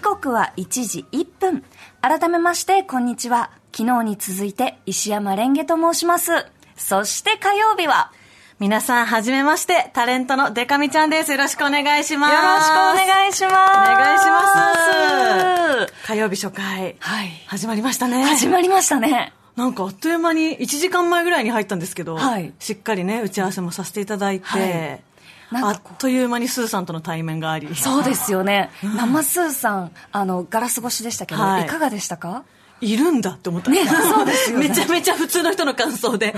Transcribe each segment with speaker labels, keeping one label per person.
Speaker 1: 刻は1時1分。改めまして、こんにちは。昨日に続いて、石山レンゲと申します。そして火曜日は、
Speaker 2: 皆さん、はじめまして、タレントのデカミちゃんです。よろしくお願いします。
Speaker 1: よろしくお願いします。お
Speaker 2: 願いします。火曜日初回。
Speaker 1: はい。
Speaker 2: 始まりましたね。
Speaker 1: 始まりましたね。
Speaker 2: なんかあっという間に1時間前ぐらいに入ったんですけど、
Speaker 1: はい、
Speaker 2: しっかりね、打ち合わせもさせていただいて、はいあっという間にスーさんとの対面があり
Speaker 1: そうですよね、生スーさんあのガラス越しでしたけど、はい、いかがでしたか
Speaker 2: いるんだって思った、
Speaker 1: ね、そうですよ、ね、
Speaker 2: めちゃめちゃ普通の人の感想 で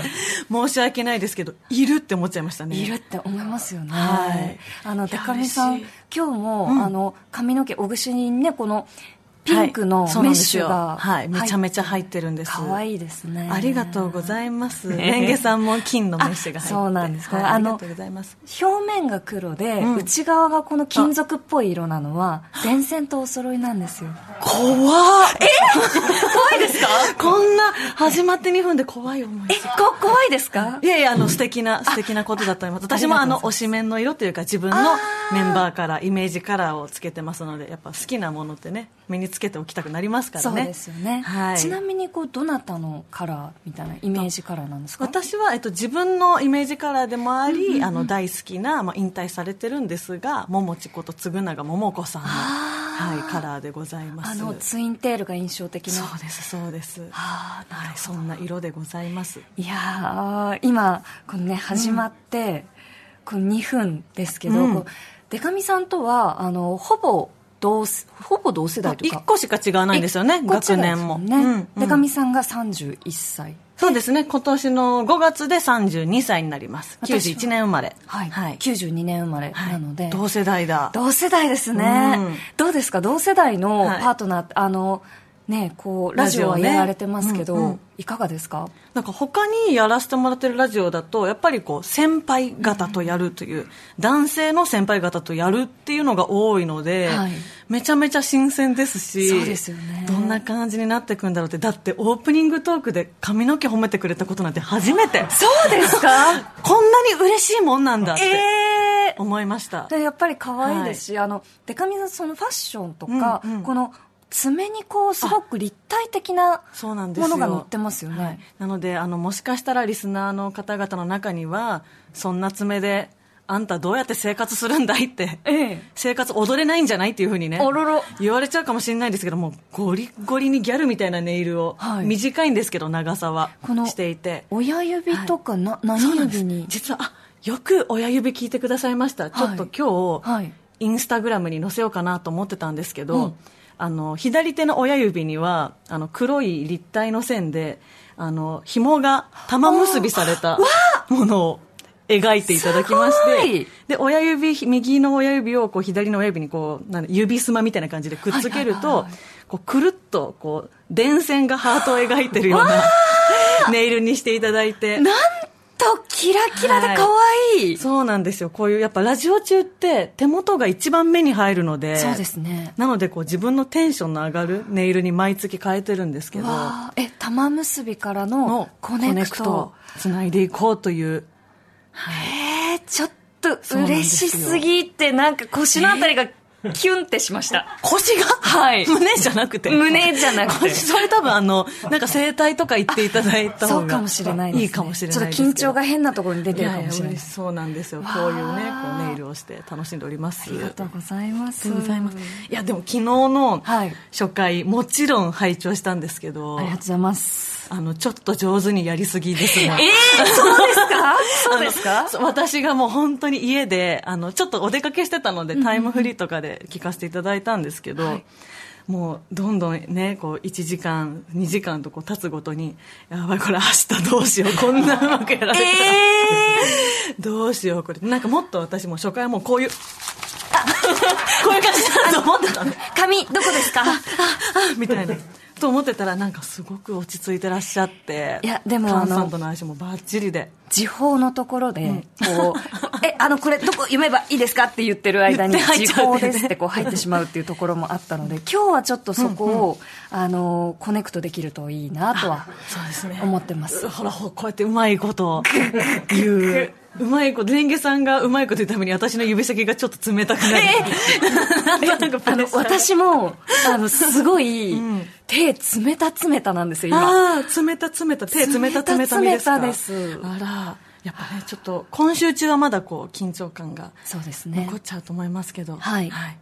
Speaker 2: 申し訳ないですけどいるって思っちゃいましたね
Speaker 1: いるって思いますよね、はい、あのデカミさん今日も、うん、あの髪の毛おぐしにねこのピンクのメッシュが、
Speaker 2: はい、はい、めちゃめちゃ入ってるんです
Speaker 1: 可愛いですね
Speaker 2: ありがとうございますレンゲさんも金のメッシュが入って
Speaker 1: そうなんです、
Speaker 2: はい、ありがとうございます
Speaker 1: 表面が黒で、うん、内側がこの金属っぽい色なのは電線とお揃いなんですよ
Speaker 2: 怖っ
Speaker 1: え怖いですか
Speaker 2: こんな始まって2分で怖い思い
Speaker 1: えこ怖いですか
Speaker 2: いやいやあの素敵な素敵なことだと思います私もあの推しメンの色というか自分のメンバーからイメージカラーをつけてますのでやっぱ好きなものってね身につけておきたくなりますからね。
Speaker 1: ねはい、ちなみにこうどなたのカラーみたいなイメージカラーなんですか？
Speaker 2: 私はえっと自分のイメージカラーでもあり、うんうんうん、あの大好きなまあ引退されてるんですが、桃地こと嗣永桃子さんのはいカラーでございます。
Speaker 1: あのツインテールが印象的な。
Speaker 2: そうですそうです。
Speaker 1: ああ、
Speaker 2: はい、そんな色でございます。
Speaker 1: いや今このね始まって、うん、この2分ですけど、うん、デカミさんとはあのほぼ同ほぼ同世代と
Speaker 2: 1個しか違わないんですよね、ね学年も。
Speaker 1: ね、うんうん、かみさんが31歳。
Speaker 2: そうですね、今年の5月で32歳になります。91年生まれ。
Speaker 1: はい。はい、92年生まれなので、はい、
Speaker 2: 同世代だ。
Speaker 1: 同世代ですね。うん、どうですか、同世代のパートナー、はい、あの、ね、こうラジオはやられてますけど、ねうんうん、いかがですか
Speaker 2: なんか他にやらせてもらってるラジオだとやっぱりこう先輩方とやるという、うん、男性の先輩方とやるっていうのが多いので、はい、めちゃめちゃ新鮮ですし
Speaker 1: そうですよ、ね、
Speaker 2: どんな感じになっていくんだろうってだってオープニングトークで髪の毛褒めてくれたことなんて初めて
Speaker 1: そうです か
Speaker 2: こんなに嬉しいもんなんだって。えー思いました
Speaker 1: でやっぱり可愛いですし、はい、あのデカミさんそのファッションとか、うんうん、この爪にこうすごく立体的なものが載ってますよね、はい、
Speaker 2: なのであのもしかしたらリスナーの方々の中にはそんな爪であんたどうやって生活するんだいって、
Speaker 1: ええ、
Speaker 2: 生活踊れないんじゃないっていうふうにね
Speaker 1: おろろ
Speaker 2: 言われちゃうかもしれないですけどもゴリゴリにギャルみたいなネイルを、はい、短いんですけど長さはしていて
Speaker 1: 親指とかな、はい、何指に
Speaker 2: 実はあよく親指聞いてくださいました、ちょっと今日、はい、インスタグラムに載せようかなと思ってたんですけど、うんあの左手の親指にはあの黒い立体の線であの紐が玉結びされたものを描いていただきましてで親指右の親指をこう左の親指にこうなん指すまみたいな感じでくっつけると、はいはいはいはい、こうくるっとこう電線がハートを描いてるような ネイルにしていただいて。
Speaker 1: とキラキラで可愛い、はい、
Speaker 2: そうなんですよこういうやっぱラジオ中って手元が一番目に入るので
Speaker 1: そうですね
Speaker 2: なのでこう自分のテンションの上がるネイルに毎月変えてるんですけど
Speaker 1: え玉結びからのコネクトを
Speaker 2: つないでいこうという、
Speaker 1: はい、えー、ちょっと嬉しすぎてなんか腰のあたりが、えーキュンってしました。
Speaker 2: 腰が
Speaker 1: はい。
Speaker 2: 胸じゃなくて。
Speaker 1: 胸じゃなくて。
Speaker 2: それ多分あの、なんか整体とか行っていただいた
Speaker 1: 方が。そうかもしれないです、ね、
Speaker 2: いいかもしれない
Speaker 1: ちょっと緊張が変なところに出てるかもしれない。いや
Speaker 2: そうなんですよ。こういうね、こうネイルをして楽しんでおります。
Speaker 1: ありがとうございます。
Speaker 2: ありがとうございます。いや、でも昨日の初回、はい、もちろん拝聴したんですけど。
Speaker 1: ありがとうございます。
Speaker 2: あの、ちょっと上手にやりすぎですね。
Speaker 1: ええー、そうですかそうですか
Speaker 2: 私がもう本当に家で、あの、ちょっとお出かけしてたので、タイムフリーとかで、聞かせていただいたんですけど、はい、もうどんどんねこう1時間2時間とこう経つごとにやばいこれ明日どうしようこんなうまくやられた、
Speaker 1: え
Speaker 2: ー、どうしようこれなんかもっと私も初回はもうこういう。 こういう感じだと思ってたの
Speaker 1: 髪どこですか
Speaker 2: みたいなと思ってたらなんかすごく落ち着いてらっしゃって
Speaker 1: いやでも
Speaker 2: あのとの相性もバッチリで
Speaker 1: 時報のところで、うん、こう えあのこれどこ読めばいいですかって言ってる間 に時報ですってこう入ってしまうっていうところもあったの で今日はちょっとそこを、うんうん、あのコネクトできるといいなとは
Speaker 2: そうですね
Speaker 1: 思ってます
Speaker 2: ほらこうやってうまいこと言ううまいことレンゲさんがうまいこと言うために私の指先がちょっと冷たくなる、
Speaker 1: なんかあの私もあのすご い、手冷た冷たなんですよ
Speaker 2: 今ああ冷た冷た手冷た冷た
Speaker 1: 冷たです
Speaker 2: あらやっぱねちょっと今週中はまだこう緊張感が
Speaker 1: そうですね
Speaker 2: 残っちゃうと思いますけど
Speaker 1: はい
Speaker 2: はい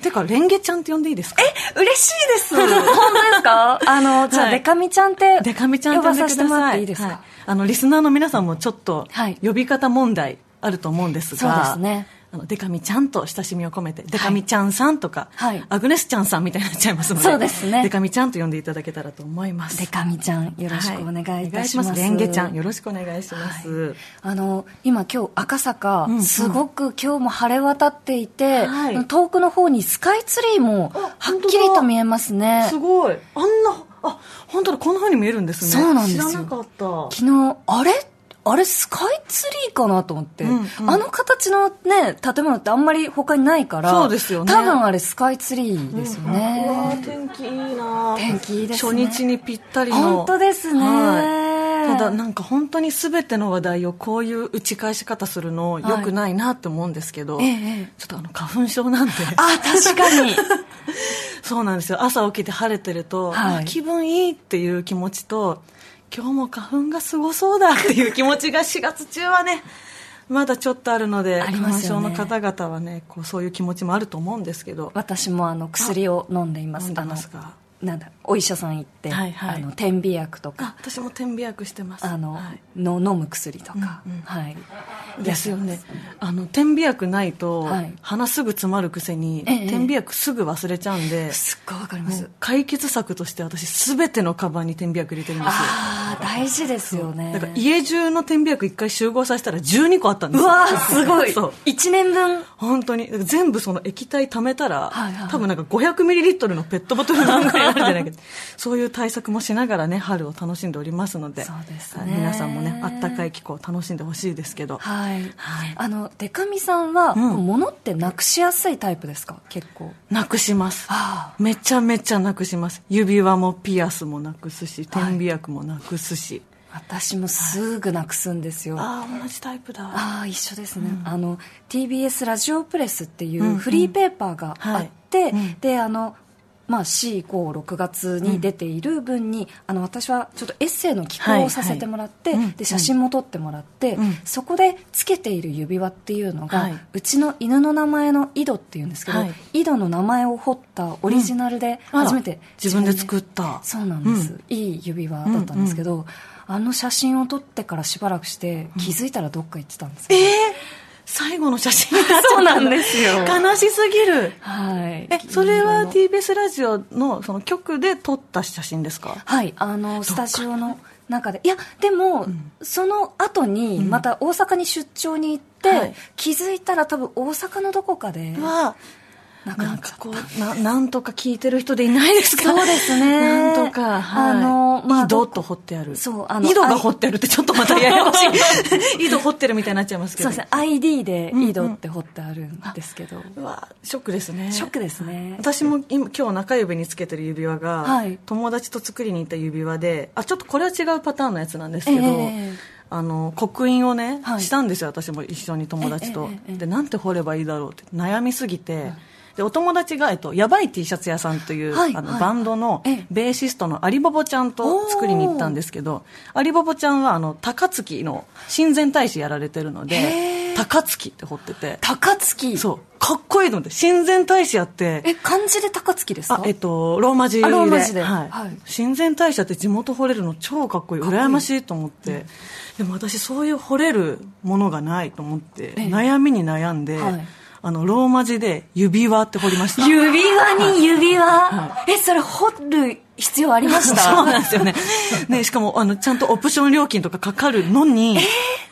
Speaker 2: てかレンゲちゃんって呼んでいいですか
Speaker 1: え嬉しいです 本当ですかあのじゃあ、デカミちゃんって
Speaker 2: デカミちゃん
Speaker 1: 呼ばさせてもらっていいですか、
Speaker 2: はいあのリスナーの皆さんもちょっと
Speaker 1: はい
Speaker 2: 呼び方問題あると思うんですが、
Speaker 1: そうですね
Speaker 2: あのデカミちゃんと親しみを込めて、デカミちゃんさんとか、
Speaker 1: はい
Speaker 2: アグネスちゃんさんみたいになっちゃいますので
Speaker 1: そうですね
Speaker 2: デカミちゃんと呼んでいただけたらと思います
Speaker 1: デカミちゃんよろしくお願いいたします,、
Speaker 2: はお願レンゲちゃんよろしくお願いします、
Speaker 1: あの今今日赤坂、
Speaker 2: んうん
Speaker 1: すごく今日も晴れ渡っていて、
Speaker 2: はい
Speaker 1: 遠くの方にスカイツリーも
Speaker 2: あ
Speaker 1: はっきり
Speaker 2: 本
Speaker 1: と
Speaker 2: 当だ
Speaker 1: 見えますね
Speaker 2: すごいあんなあ本当だこんなふうに見えるんですね
Speaker 1: そうなんですよ
Speaker 2: 知らなかった
Speaker 1: 昨日あれあれスカイツリーかなと思って、
Speaker 2: うんうん
Speaker 1: あの形のね建物ってあんまり他にないから
Speaker 2: そうですよね
Speaker 1: 多分あれスカイツリーですよね、
Speaker 2: うわー天気いいな
Speaker 1: 天気いいですね
Speaker 2: 初日にぴったりの
Speaker 1: 本当ですね、
Speaker 2: ただなんか本当に全ての話題をこういう打ち返し方するのよくないなって思うんですけど、
Speaker 1: ええええ
Speaker 2: ちょっとあの花粉症なんで
Speaker 1: あ確か に
Speaker 2: そうなんですよ朝起きて晴れてると、
Speaker 1: はい
Speaker 2: あ気分いいっていう気持ちと今日も花粉がすごそうだっていう気持 ちが4月中はねまだちょっとあるので、
Speaker 1: あり
Speaker 2: 花
Speaker 1: ま
Speaker 2: 粉
Speaker 1: すよ
Speaker 2: 症
Speaker 1: ね
Speaker 2: の方々はねこうそういう気持ちもあると思うんですけど
Speaker 1: 私もあの薬を飲んでいます
Speaker 2: 飲んでます
Speaker 1: あの
Speaker 2: か
Speaker 1: なんだお医者さん行って、
Speaker 2: はいはい
Speaker 1: あの点鼻薬と
Speaker 2: あ
Speaker 1: か
Speaker 2: 私も点鼻薬してます
Speaker 1: あの、
Speaker 2: はい
Speaker 1: の飲む薬とか、
Speaker 2: うんうん
Speaker 1: はい
Speaker 2: ですよねあの点鼻薬ないと、
Speaker 1: はい
Speaker 2: 鼻すぐ詰まるくせに、
Speaker 1: ええ
Speaker 2: 点鼻薬すぐ忘れちゃうんで、
Speaker 1: すっごいわかりま
Speaker 2: も
Speaker 1: す、
Speaker 2: う解決策として私全てのカバンに点鼻薬入れてるんですよ
Speaker 1: ああ大事ですよね
Speaker 2: だから家中の点鼻薬一回集合させたら12個あったんで
Speaker 1: う
Speaker 2: すよ
Speaker 1: わーすごい
Speaker 2: そう
Speaker 1: 1年分
Speaker 2: 本当にだから全部その液体貯めたら、
Speaker 1: はいはい
Speaker 2: 多分なんか500ミリリットルのペットボトルなんかになるんじゃないか そういう対策もしながらね春を楽しんでおりますので
Speaker 1: そうですね
Speaker 2: はい皆さんもねあったかい気候を楽しんでほしいですけど
Speaker 1: はい、
Speaker 2: はい
Speaker 1: あのデカミさんは、
Speaker 2: ん
Speaker 1: こう物ってなくしやすいタイプですか結構
Speaker 2: なくします
Speaker 1: あ
Speaker 2: めちゃめちゃなくします指輪もピアスもなくすし点鼻薬もなくすし、
Speaker 1: 私もすぐなくすんですよ、
Speaker 2: ああ同じタイプだ
Speaker 1: ああ一緒ですね、あの TBS ラジオプレスっていうフリーペーパーがあって、
Speaker 2: うんうんはいうん
Speaker 1: であのまあ、456月に出ている分に、あの私はちょっとエッセイの寄稿をさせてもらって、
Speaker 2: はいはいうん
Speaker 1: で写真も撮ってもらって、
Speaker 2: うん
Speaker 1: そこでつけている指輪っていうのが、
Speaker 2: はいう
Speaker 1: ちの犬の名前の井戸っていうんですけど、
Speaker 2: はい
Speaker 1: 井戸の名前を彫ったオリジナルで
Speaker 2: あら
Speaker 1: 初めて
Speaker 2: 自分で作った
Speaker 1: そうなんです、いい指輪だったんですけど、あの写真を撮ってからしばらくして気づいたらどっか行ってたんですよ、
Speaker 2: ええ最後の写真になっちゃった
Speaker 1: そうなんですよ
Speaker 2: 悲しすぎる
Speaker 1: はい
Speaker 2: えそれ
Speaker 1: あ
Speaker 2: は
Speaker 1: の
Speaker 2: TBS ラジオのその局で撮った写真ですか
Speaker 1: はいあのスタジオの中でいやでも、その後にまた大阪に出張に行って、
Speaker 2: はい
Speaker 1: 気づいたら多分大阪のどこかで
Speaker 2: は
Speaker 1: なく
Speaker 2: な
Speaker 1: なっ
Speaker 2: ん
Speaker 1: ちゃっ
Speaker 2: かこうななんとか聞いてる人でいないですか
Speaker 1: そう ですね
Speaker 2: なんとか、はい、
Speaker 1: あのまあ
Speaker 2: 井戸と掘ってある
Speaker 1: そうあの
Speaker 2: 井戸が掘ってるってちょっとまたややこし い井戸掘ってるみたいになっちゃいます
Speaker 1: た
Speaker 2: け
Speaker 1: そ
Speaker 2: ど
Speaker 1: うですね ID で井戸って掘ってあるんですけど、
Speaker 2: うわショックですね
Speaker 1: ショックですね
Speaker 2: 私も今今日中指につけてる指輪が、
Speaker 1: はい
Speaker 2: 友達と作りに行った指輪であちょっとこれは違うパターンのやつなんですけど、
Speaker 1: ええ
Speaker 2: あの刻印をね、
Speaker 1: はい
Speaker 2: したんですよ私も一緒に友達と、
Speaker 1: ええええええ
Speaker 2: でなんて掘ればいいだろうって悩みすぎて、でお友達が、えっと、やばい T シャツ屋さんという、
Speaker 1: はい
Speaker 2: あの
Speaker 1: はい
Speaker 2: バンドの
Speaker 1: ええ
Speaker 2: ベーシストのアリボボちゃんと作りに行ったんですけどアリボボちゃんはあの高槻の親善大使やられてるの
Speaker 1: へ
Speaker 2: で
Speaker 1: え
Speaker 2: 高槻って掘ってて
Speaker 1: 高槻
Speaker 2: そうかっこいいと思って親善大使やって
Speaker 1: え漢字で高槻ですか
Speaker 2: あえっと、ローマ字で
Speaker 1: あローマ字で
Speaker 2: はい
Speaker 1: はい
Speaker 2: 親善大社って地元掘れるの超かっこいい羨ましいと思って、でも私そういう掘れるものがないと思っ
Speaker 1: え
Speaker 2: て、
Speaker 1: え
Speaker 2: 悩みに悩んで、
Speaker 1: はい
Speaker 2: あのローマ字で指輪って掘りまし た
Speaker 1: 指輪に指輪、
Speaker 2: は
Speaker 1: えそれ掘る必要ありまし
Speaker 2: そうな
Speaker 1: た
Speaker 2: んですよねねしかもあのちゃんとオプション料金とかかかるのに、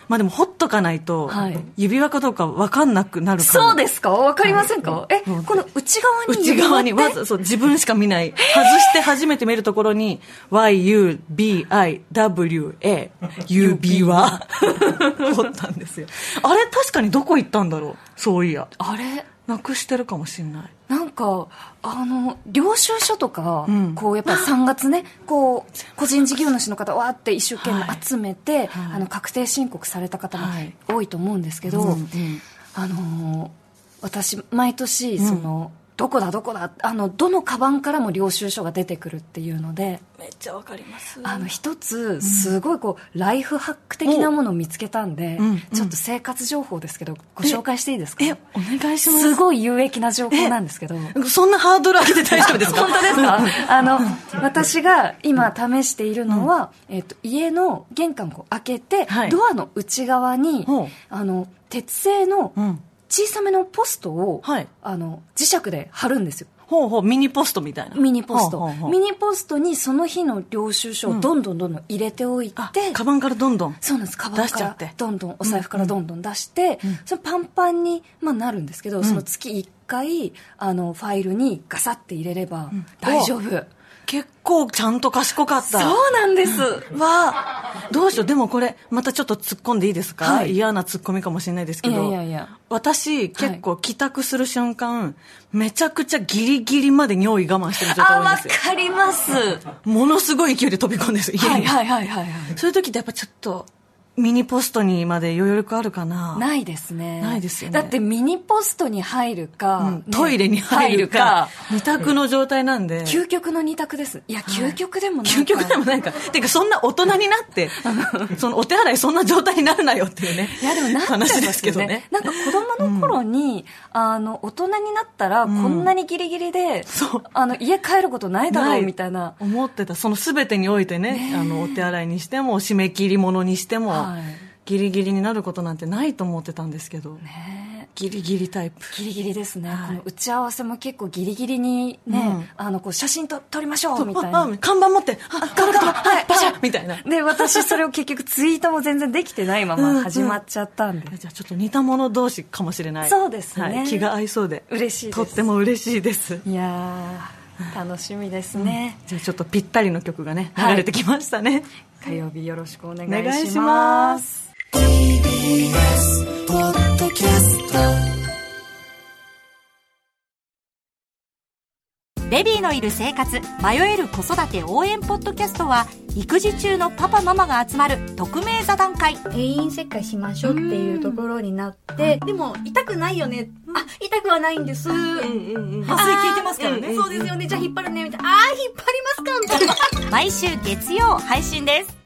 Speaker 2: まあ、でも掘っとかないと、
Speaker 1: はい
Speaker 2: 指輪かどうか分かんなくなるから
Speaker 1: そうですかわかりませんか、
Speaker 2: はい
Speaker 1: えこの内側に
Speaker 2: 内側に
Speaker 1: 指輪
Speaker 2: ま
Speaker 1: って
Speaker 2: ずそう自分しか見ない外して初めて見るところに YUBIWA 指輪掘ったんですよ あれ確かにどこ行ったんだろうそういや
Speaker 1: あれ
Speaker 2: なくしてるかもしれない
Speaker 1: なんかあの領収書とか、うん、こうやっぱ3月ねこう個人事業主の方わーって一生懸命集めて、はい、あの確定申告された方も多いと思うんですけど、はいうんうん、あの私毎年その、うん、どこだどこだあのどのカバンからも領収書が出てくるっていうので
Speaker 2: めっちゃわかります
Speaker 1: あの一つすごいこう、うん、ライフハック的なものを見つけたんで、ちょっと生活情報ですけどご紹介していいですか
Speaker 2: えお願いしま
Speaker 1: す
Speaker 2: す
Speaker 1: ごい有益な情報なんですけど
Speaker 2: そんなハードル上げて大丈夫ですか
Speaker 1: 本当ですかあの私が今試しているのは、うん、えーと、と家の玄関を開けて、はい、ドアの内側にあの鉄製の、 うん小さめのポストを、はい、あの磁石で貼るんですよ
Speaker 2: ほうほうミニポストみたいな
Speaker 1: ミニポストミニポストにその日の領収書をどんどんどんどん入れておいて、
Speaker 2: うん、カバンからどんどん
Speaker 1: そうなんですカバンからどんどんお財布からどんどん出して、うんうん、そのパンパンに、まあ、なるんですけど、うん、その月1回あのファイルにガサッて入れれば大丈夫、
Speaker 2: 結構ちゃんと賢かった
Speaker 1: そうなんです
Speaker 2: はどうしようでもこれまたちょっと突っ込んでいいですか、はい、嫌な突っ込みかもしれないですけど私結構帰宅する瞬間、はい、めちゃくちゃギリギリまで尿意我慢してる状態
Speaker 1: 多いんですよあ分かります
Speaker 2: ものすごい勢いで飛び込んでる家
Speaker 1: に、はい、はいはいはいはい、
Speaker 2: そういう時ってやっぱちょっとミニポストにまで余力あるかな
Speaker 1: ないですね。
Speaker 2: ないですよ
Speaker 1: ね。だってミニポストに入るか、
Speaker 2: うん、トイレに入るか、二択の状態なんで。
Speaker 1: 究極の二択です。いや、究極でもない
Speaker 2: か、はい、究極でもないか。てか、そんな大人になって、 そのお手洗いそんな状態になるなよっていうね。
Speaker 1: いや、でもなっちゃいます、ね、話ですけどね。なんか子供の頃に、うん、あの、大人になったら、こんなにギリギリで、うん、あの、家帰ることないだろうみたいな。
Speaker 2: 思ってた。その全てにおいてね、ねあの、お手洗いにしても、締め切り物にしても、はい、ギリギリになることなんてないと思ってたんですけど、ね、ギリギリタイプ
Speaker 1: ギリギリですね、はい、この打ち合わせも結構ギリギリにね、うん、あのこう写真と撮りましょうみたいな
Speaker 2: 看板持ってあ看板はいパシャみたいな
Speaker 1: で私それを結局ツイートも全然できてないまま始まっちゃったんでうん、
Speaker 2: じゃあちょっと似た者同士かもしれない、
Speaker 1: そうですね、はい
Speaker 2: 気が合いそうで
Speaker 1: 嬉しい
Speaker 2: とっても嬉しいです
Speaker 1: いや楽しみですね、
Speaker 2: うん、じゃあちょっとぴったりの曲がね流れてきましたね、
Speaker 1: 火曜日よろしくお願いします。
Speaker 3: ベビーのいる生活迷える子育て応援ポッドキャストは育児中のパパママが集まる匿名座談会
Speaker 4: 定員切開しましょうっていうところになってでも痛くないよねあ痛くはないんです麻酔
Speaker 2: 効いてますからね
Speaker 4: そうですよねじゃあ引っ張るねみたいなああ引っ張りますかみたいな
Speaker 3: 毎週月曜配信です